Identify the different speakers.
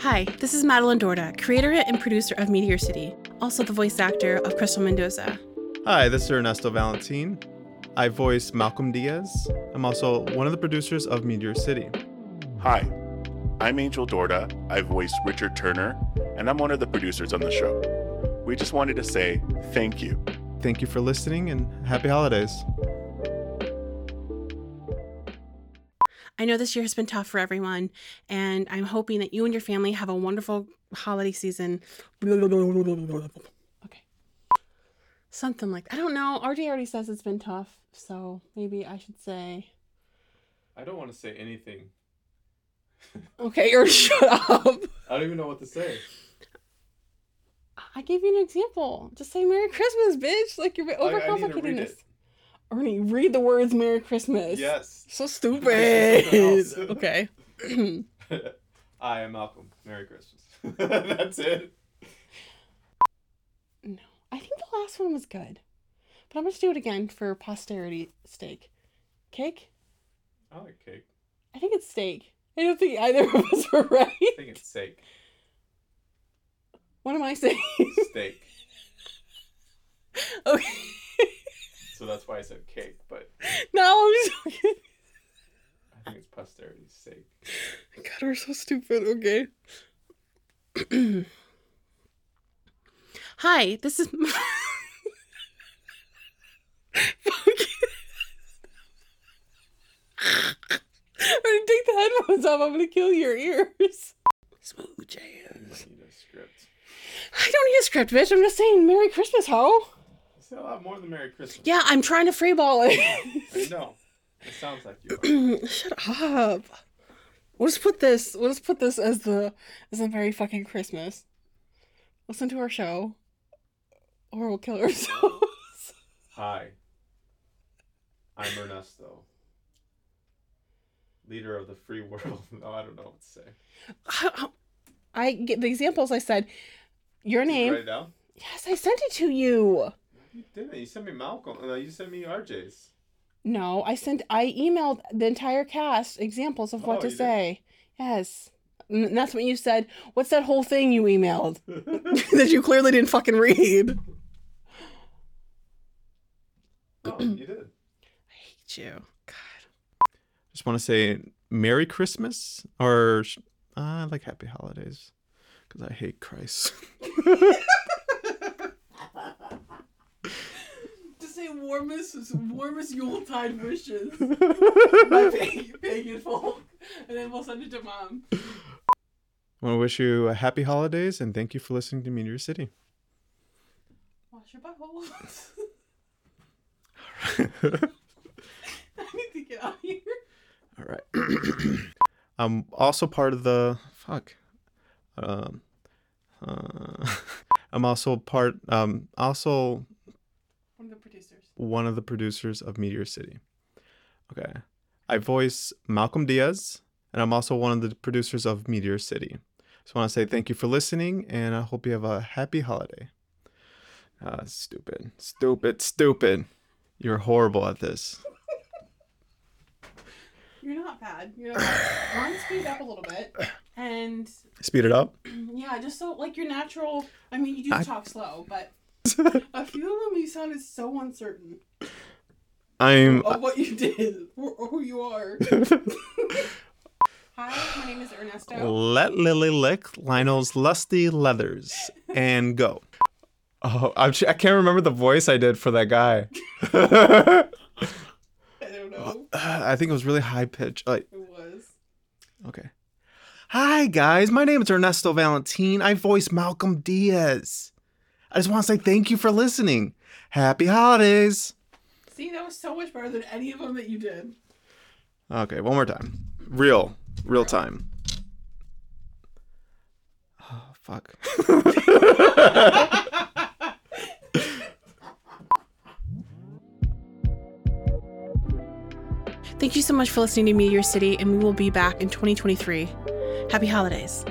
Speaker 1: Hi, this is Madeline Dorda, creator and producer of Meteor City, also the voice actor of Crystal Mendoza.
Speaker 2: Hi, this is Ernesto Valentin. I voice Malcolm Diaz. I'm also one of the producers of Meteor City.
Speaker 3: Hi, I'm Angel Dorda. I voice Richard Turner, and I'm one of the producers on the show. We just wanted to say thank you.
Speaker 2: Thank you for listening and happy holidays.
Speaker 1: I know this year has been tough for everyone, and I'm hoping that you and your family have a wonderful holiday season. Okay. Something like I don't know. RJ already says it's been tough, so maybe I should say
Speaker 4: I don't want to say anything.
Speaker 1: Okay, or shut up.
Speaker 4: I don't even know what to say.
Speaker 1: I gave you an example. Just say Merry Christmas, bitch. Like you're
Speaker 4: I, I need to
Speaker 1: overcomplicating
Speaker 4: read
Speaker 1: this.
Speaker 4: it.
Speaker 1: Ernie, read the words Merry Christmas.
Speaker 4: Yes.
Speaker 1: So
Speaker 4: Merry
Speaker 1: stupid.
Speaker 4: Christmas.
Speaker 1: okay.
Speaker 4: I am Malcolm. Merry Christmas. That's it.
Speaker 1: No. I think the last one was good. But I'm going to do it again for posterity's sake. Cake?
Speaker 4: I like cake.
Speaker 1: I think it's steak. I don't think either of us were
Speaker 4: I
Speaker 1: right.
Speaker 4: think it's steak.
Speaker 1: What am I saying?
Speaker 4: Steak.
Speaker 1: okay.
Speaker 4: So that's why I said cake, but
Speaker 1: No, I'm just.
Speaker 4: I think it's posterity's sake.
Speaker 1: God, we're so stupid. Okay. Hi, this is. I'm gonna take the headphones off. I'm gonna kill your ears. Smooth jazz.
Speaker 4: I need a script.
Speaker 1: I don't need a script, bitch. I'm just saying Merry Christmas, ho.
Speaker 4: You say a lot more than Merry Christmas.
Speaker 1: Yeah, I'm trying to freeball
Speaker 4: I
Speaker 1: it.
Speaker 4: know. It sounds like you. are.
Speaker 1: Shut up. We'll just put this. We'll just put this as the as the Merry fucking Christmas. Listen to our show, or we'll kill ourselves.
Speaker 4: Hi. I'm Ernesto. Leader of the free world. No, I don't know what to say.
Speaker 1: I get the examples. I said your
Speaker 4: Did you
Speaker 1: name.
Speaker 4: Write it down.
Speaker 1: Yes, I sent it to you.
Speaker 4: You didn't. You sent me Malcolm. No, you sent me RJ's.
Speaker 1: No, I sent. I emailed the entire cast examples of what
Speaker 4: Oh,
Speaker 1: to
Speaker 4: you did?
Speaker 1: say. Yes, N- that's what you said. What's that whole thing you emailed that you clearly didn't fucking read?
Speaker 4: Oh, you did.
Speaker 1: I hate you. God.
Speaker 2: Just want to say Merry Christmas or sh- uh, I like Happy Holidays because I hate Christ.
Speaker 1: To say warmest, warmest Yuletide wishes by
Speaker 2: want
Speaker 1: pagan, pagan folk, and then we'll send it to mom.
Speaker 2: to wish you a happy holidays and thank you for listening to Meteor City.
Speaker 1: Wash your buttholes. I need to get out of here.
Speaker 2: All right. I'm also part of the fuck. Um, uh, I'm also part. Um, also
Speaker 1: One of the producers.
Speaker 2: one of the producers of Meteor City. Okay, I voice Malcolm Diaz, and I'm also one of the producers of Meteor City. Just want to say thank you for listening, and I hope you have a happy holiday. Uh, stupid, stupid, stupid. You're horrible at this.
Speaker 1: You're not bad. You're not bad. Run speed up a little bit, and
Speaker 2: Speed it up.
Speaker 1: yeah, just so like your natural. I mean, you do
Speaker 2: I-
Speaker 1: talk slow, but a few of them you sounded so uncertain
Speaker 2: I'm.
Speaker 1: of what you did or, or who you are. Hi, my name is Ernesto.
Speaker 2: Let Lily lick Lionel's lusty leathers and go. Oh, I'm, ch- I can't remember the voice I did for that guy. Uh,
Speaker 1: I don't know.
Speaker 2: I think it was really high pitched. Like,
Speaker 1: It was.
Speaker 2: okay. Hi guys, my name is Ernesto Valentin. I voice Malcolm Diaz. I just want to say thank you for listening. Happy holidays.
Speaker 1: See, that was so much better than any of them that you did.
Speaker 2: Okay, one more time. Real, real time. Oh fuck.
Speaker 1: Thank you so much for listening to Meteor City, and we will be back in 2023. Happy holidays.